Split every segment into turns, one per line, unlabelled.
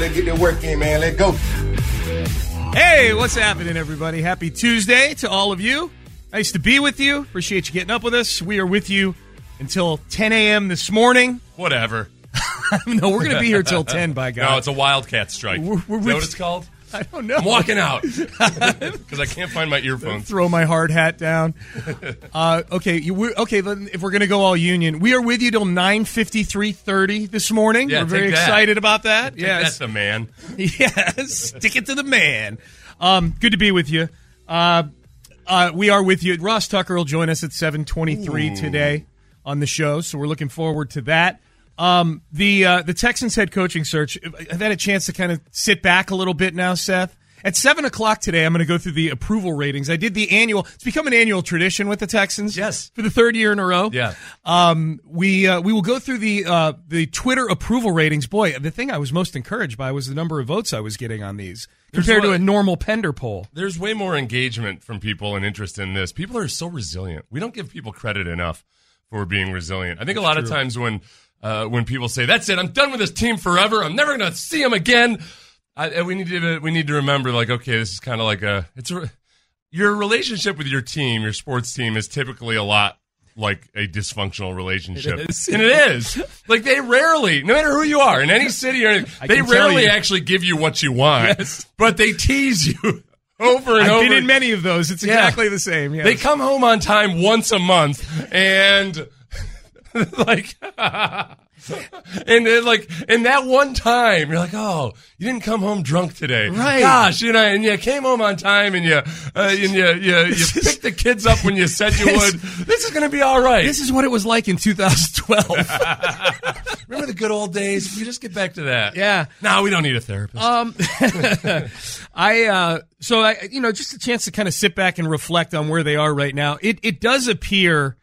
Let's get that work in, man. Let's go.
Hey, what's happening, everybody? Happy Tuesday to all of you. Nice to be with you. Appreciate you getting up with us. We are with you until 10 a.m. this morning. Whatever. no, we're going to be here till 10, by God.
No, it's a wildcat strike.
We're- we're
Is that what
with-
it's called?
I don't know.
I'm walking out because I can't find my earphones.
Throw my hard hat down. Uh, okay, you, we, okay. Then if we're going to go all union, we are with you till nine fifty three thirty this morning.
Yeah,
we're very
take that.
excited about that.
That's
yes,
the man.
yes, stick it to the man. Um, good to be with you. Uh, uh, we are with you. Ross Tucker will join us at seven twenty-three today on the show, so we're looking forward to that. Um, the uh, the Texans head coaching search. I've had a chance to kind of sit back a little bit now, Seth. At seven o'clock today, I'm going to go through the approval ratings. I did the annual. It's become an annual tradition with the Texans.
Yes.
for the third year in a row.
Yeah.
Um, we uh, we will go through the uh, the Twitter approval ratings. Boy, the thing I was most encouraged by was the number of votes I was getting on these compared to
one-
a normal Pender poll.
There's way more engagement from people and interest in this. People are so resilient. We don't give people credit enough for being resilient. I think a lot of times when uh, when people say, "That's it, I'm done with this team forever. I'm never going to see them again," I, and we need to we need to remember, like, okay, this is kind of like a it's a your relationship with your team, your sports team, is typically a lot like a dysfunctional relationship. And it is. Like they rarely, no matter who you are, in any city or anything, they
can tell
rarely
you.
actually give you what you want. But they tease you over and
I've
over.
been in many of those. It's
Yeah.
exactly the same. Yes.
They come home on time once a month and like and then like and that one time you're like, "Oh, you didn't come home drunk today."
Right.
Gosh, you know, and you came home on time and you uh, and you you, you picked the kids up when you said you
This-
would. This is going to be all right.
this is what it was like in 2012.
Remember the good old days? We just get back to that.
Yeah.
No, we don't need a therapist.
Um, I uh, so I you know just a chance to kind of sit back and reflect on where they are right now. It it does appear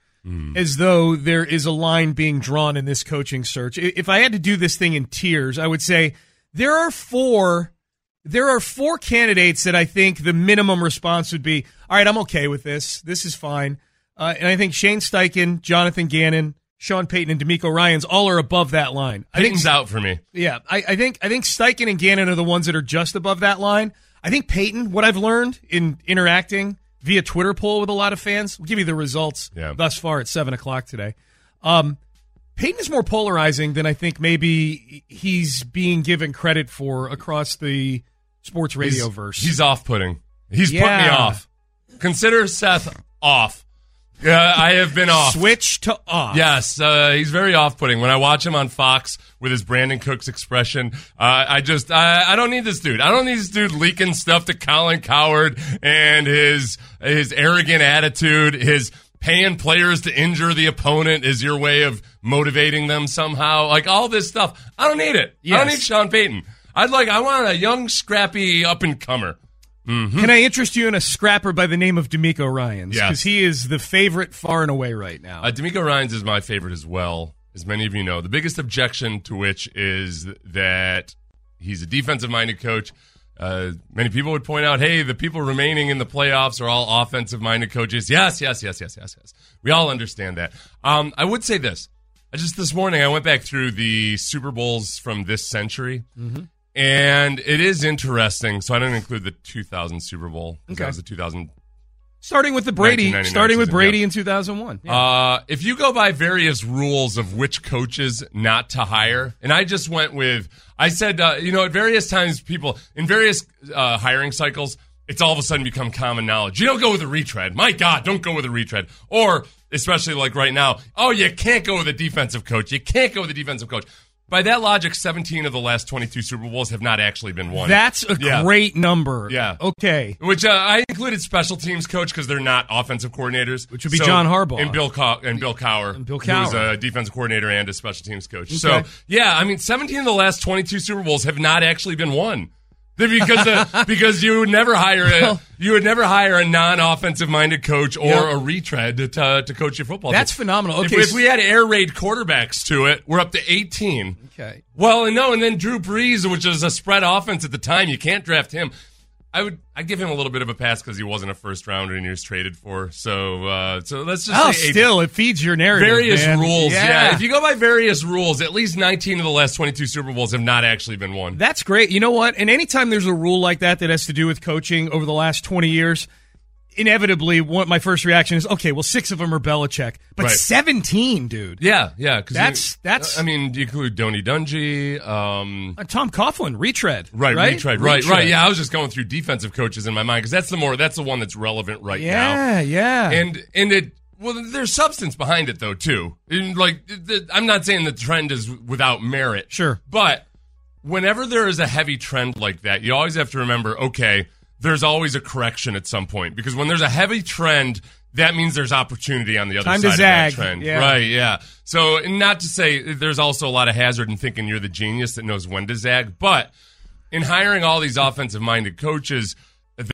as though there is a line being drawn in this coaching search. I- If I had to do this thing in tiers, I would say there are four. There are four candidates that I think the minimum response would be, "All right, I'm okay with this. This is fine." Uh, and I think Shane Steichen, Jonathan Gannon, Sean Payton, and D'Amico Ryan's all are above that line. I think
Peyton's out for me.
yeah, I, I think I think Steichen and Gannon are the ones that are just above that line. I think Peyton. What I've learned in interacting via Twitter poll with a lot of fans, we'll give you the results
Yeah.
thus far at seven o'clock today. Um, Peyton is more polarizing than I think maybe he's being given credit for across the sports radio
He's-
verse.
He's off putting. He's put me
Yeah.
off. Consider Seth off. Uh, I have been off.
switch to off.
Yes, uh, he's very off-putting. When I watch him on Fox with his Brandon Cooks expression, uh, I just I, I don't need this dude. I don't need this dude leaking stuff to Colin Coward and his his arrogant attitude, his paying players to injure the opponent is your way of motivating them somehow. Like all this stuff, I don't need it. I don't
Yes.
need Sean Payton. I'd like I want a young, scrappy up-and-comer.
Can I interest you in a scrapper by the name of D'Amico Ryan's?
Mm-hmm. Yes.
Because he is the favorite far and away right now.
Uh, D'Amico Ryan's is my favorite as well, as many of you know. The biggest objection to which is that he's a defensive minded coach. Uh, many people would point out, hey, the people remaining in the playoffs are all offensive minded coaches. Yes, yes, yes, yes, yes, yes. We all understand that. Um, I would say this. I just this morning I went back through the Super Bowls from this century.
Mm-hmm.
And it is interesting. So I didn't include the 2000 Super Bowl. because That
Okay.
was the 2000
starting with the Brady,
1999
starting with
season,
Brady
yeah.
in 2001. Yeah.
Uh, if you go by various rules of which coaches not to hire, and I just went with, I said, uh, you know, at various times, people in various uh, hiring cycles, it's all of a sudden become common knowledge. You don't go with a retread. My God, don't go with a retread. Or especially like right now, oh, you can't go with a defensive coach. You can't go with a defensive coach. By that logic, 17 of the last 22 Super Bowls have not actually been won.
That's a
Yeah.
great number.
Yeah.
Okay.
Which uh, I included special teams coach because they're not offensive coordinators.
Which would be John Harbaugh.
and Bill Cow- and Bill Cower,
And Bill
who's
Cowher.
a defensive coordinator and a special teams coach. So
Okay.
yeah, I mean, seventeen of the last twenty-two Super Bowls have not actually been won. They're Because uh, because you would never hire a, you would never hire a non-offensive minded coach or
Yeah.
a retread to, to, to coach your football.
That's
team.
phenomenal.
If-
Okay,
if we had air raid quarterbacks to it, we're up to eighteen.
Okay.
Well, and no, and then Drew Brees, which is a spread offense at the time, you can't draft him. I would, I give him a little bit of a pass because he wasn't a first rounder and he was traded for. So, uh, so let's just
Oh,
say eight-
still, it feeds your narrative.
various
man.
rules. Yeah. if you go by various rules, at least 19 of the last 22 Super Bowls have not actually been won.
That's great. You know what? And anytime there's a rule like that that has to do with coaching over the last 20 years, inevitably, what my first reaction is, okay, well, six of them are Belichick, but
Right.
17, dude.
yeah, yeah. 'cause
That's-
you-
that's-
I mean, you include Donny Dungy. Um,
Uh, Tom Coughlin, retread.
Right,
right?
retread, right, right. Yeah, I was just going through defensive coaches in my mind because that's the more that's the one that's relevant right now.
Yeah, yeah.
and and it well there's substance behind it though too and like the, i'm not saying the trend is without merit
Sure.
but whenever there is a heavy trend like that you always have to remember okay there's always a correction at some point because when there's a heavy trend that means there's opportunity on the other
Time
side
to
of that
zag.
trend
Yeah.
right yeah so and not to say there's also a lot of hazard in thinking you're the genius that knows when to zag but in hiring all these offensive minded coaches,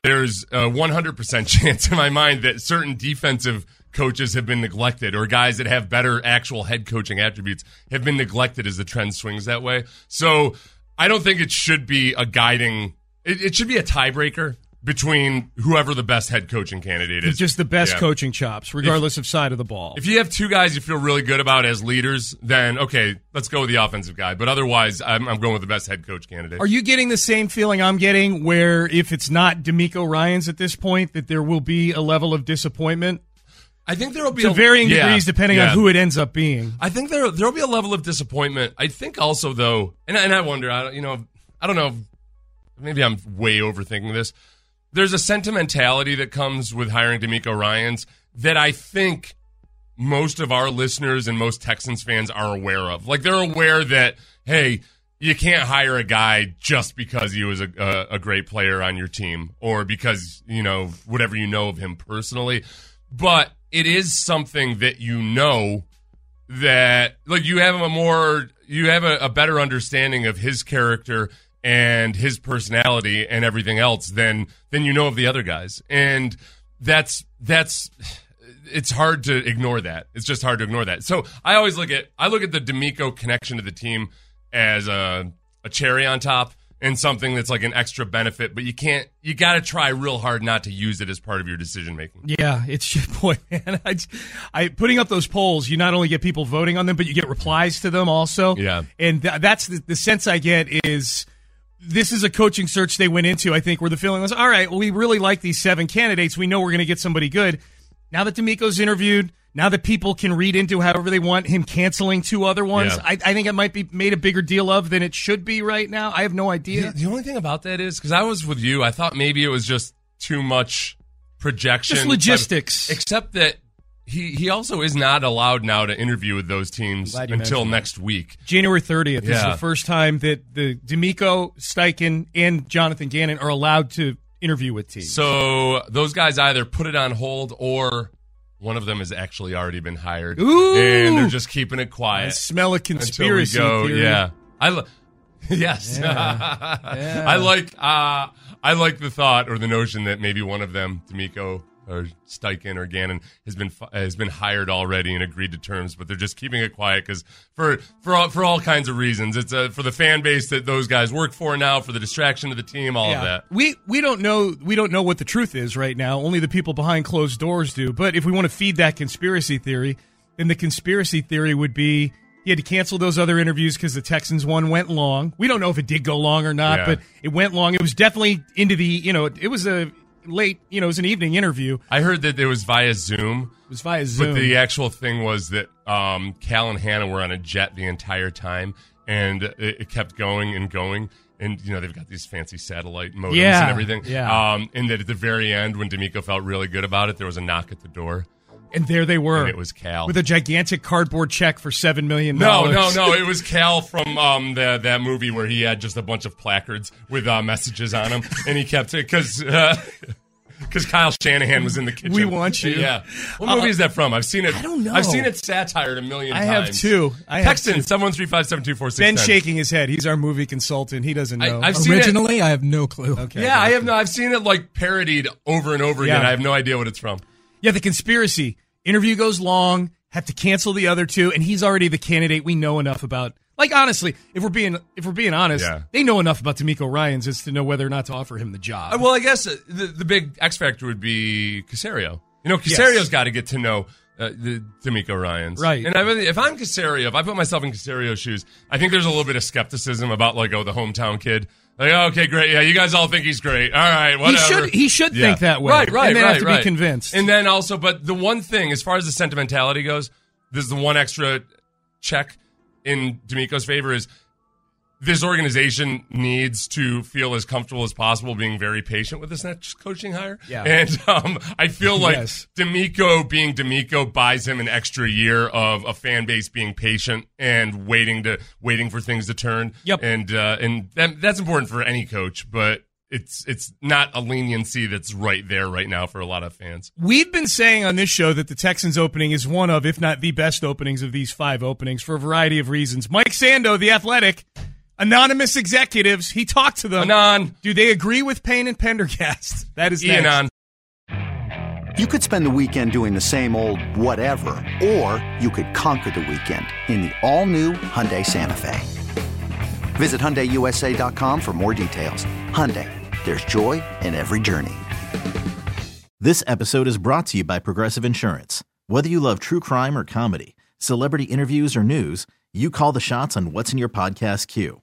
there's a 100% chance in my mind that certain defensive coaches have been neglected or guys that have better actual head coaching attributes have been neglected as the trend swings that way. So I don't think it should be a guiding, it, it should be a tiebreaker between whoever the best head coaching candidate is.
just the best
Yeah.
coaching chops, regardless of side of the ball.
If you have two guys you feel really good about as leaders, then okay, let's go with the offensive guy. But otherwise, I'm, I'm going with the best head coach candidate.
Are you getting the same feeling I'm getting where if it's not D'Amico Ryans at this point, that there will be a level of disappointment
I think there will be
to
a-
varying
Yeah,
degrees depending on
yeah.
who it ends up being?
I think there there'll be a level of disappointment. I think also though, and and I wonder, I don't, you know, I don't know. Maybe I'm way overthinking this. There's a sentimentality that comes with hiring D'Amico Ryan's that I think most of our listeners and most Texans fans are aware of. Like they're aware that hey, you can't hire a guy just because he was a, a, a great player on your team or because you know whatever you know of him personally, but it is something that you know that like you have a more you have a, a better understanding of his character and his personality and everything else than than you know of the other guys and that's that's it's hard to ignore that it's just hard to ignore that so i always look at i look at the D'Amico connection to the team as a a cherry on top and something that's like an extra benefit but you can't you got to try real hard not to use it as part of your decision making
Yeah, it's just boy, man. I, j- I- putting up those polls, you not only get people voting on them, but you get replies to them also.
Yeah.
and th- that's the, the sense I get is this is a coaching search they went into. I think where the feeling was, all right, well, we really like these seven candidates. We know we're going to get somebody good. Now that D'Amico's interviewed, now that people can read into however they want him canceling two other ones,
Yeah.
I, I think it might be made a bigger deal of than it should be right now. I have no idea.
The, the only thing about that is because I was with you, I thought maybe it was just too much projection,
Just logistics.
But- except that he he also is not allowed now to interview with those teams
Glad you
until
mentioned
next week.
January 30th is
Yeah.
the first time that the D'Amico, Steichen, and Jonathan Gannon are allowed to interview with teams.
So those guys either put it on hold or one of them has actually already been hired,
Ooh.
and they're just keeping it
I
quiet
smell a
until we
conspiracy
go.
theory.
Yeah, I. Lo- yes, I like. Uh, I like the thought or the notion that maybe one of them, D'Amico or Steichen or Gannon, has been fi- has been hired already and agreed to terms, but they're just keeping it quiet because for for all, for all kinds of reasons, it's uh, for the fan base that those guys work for now, for the distraction to the team, all
Yeah.
of that.
We we don't know we don't know what the truth is right now. Only the people behind closed doors do. But if we want to feed that conspiracy theory, then the conspiracy theory would be he had to cancel those other interviews because the Texans one went long. We don't know if it did go long or not,
Yeah.
but it went long. It was definitely into the you know it was a late. You know, it was an evening interview. It
I heard that it was via Zoom,
was via
but
Zoom.
the actual thing was that um, Cal and Hannah were on a jet the entire time, and it, it kept going and going. And you know they've got these fancy satellite modems
Yeah,
and everything.
yeah.
Um, and that at the very end, when D'Amico felt really good about it, there was a knock at the door,
and there they were.
and it was Cal.
with a gigantic cardboard check for seven million.
No, no, no. It was Cal from um, the, that movie where he had just a bunch of placards with uh, messages on them, and he kept it because because Kyle Shanahan was in the kitchen.
We want you. Uh,
Yeah. What movie is that from? I've seen it.
I don't know.
I've seen it satired a million
I
times.
have too. I have
Text in someone three five seven two four six.
Ben shaking his head. He's our movie consultant. He doesn't know.
I've seen it.
Originally, I have no clue. Okay.
Yeah, I have. No, I've seen it like parodied over and over again.
Yeah.
I have no idea what it's from.
yeah, the conspiracy interview goes long. Have to cancel the other two, and he's already the candidate we know enough about. Like honestly, if we're being if we're being honest,
Yeah.
they know enough about D'Amico Ryan's as to know whether or not to offer him the job.
Uh, Well, I guess uh, the, the big X factor would be Casario. You know, Casario's
Yes.
got to get to know uh, the D'Amico Ryan's,
Right.
And I really, if I'm Casario, if I put myself in Casario's shoes, I think there's a little bit of skepticism about like, oh, the hometown kid. Like, oh, okay, great, yeah, you guys all think he's great. All right, whatever.
should- he should think that way.
right? Right?
And then
right?
have to be
right.
convinced.
And then also, but the one thing, as far as the sentimentality goes, there's the one extra check in D'Amico's favor is this organization needs to feel as comfortable as possible being very patient with this next coaching hire.
Yeah.
And um, I feel like
Yes.
D'Amico being D'Amico buys him an extra year of a fan base being patient and waiting to waiting for things to turn.
Yep.
And uh, and that, that's important for any coach, but it's it's not a leniency that's right there right now for a lot of fans.
We've been saying on this show that the Texans opening is one of, if not the best openings of these five openings for a variety of reasons. Mike Sando, the athletic, anonymous executives, he talked to them.
Anon,
Do they agree with Payne and Pendergast? That is next.
Ianon.
You could spend the weekend doing the same old whatever, or you could conquer the weekend in the all-new Hyundai Santa Fe. Visit HyundaiUSA.com for more details. Hyundai, there's joy in every journey.
This episode is brought to you by Progressive Insurance. Whether you love true crime or comedy, celebrity interviews or news, you call the shots on what's in your podcast queue.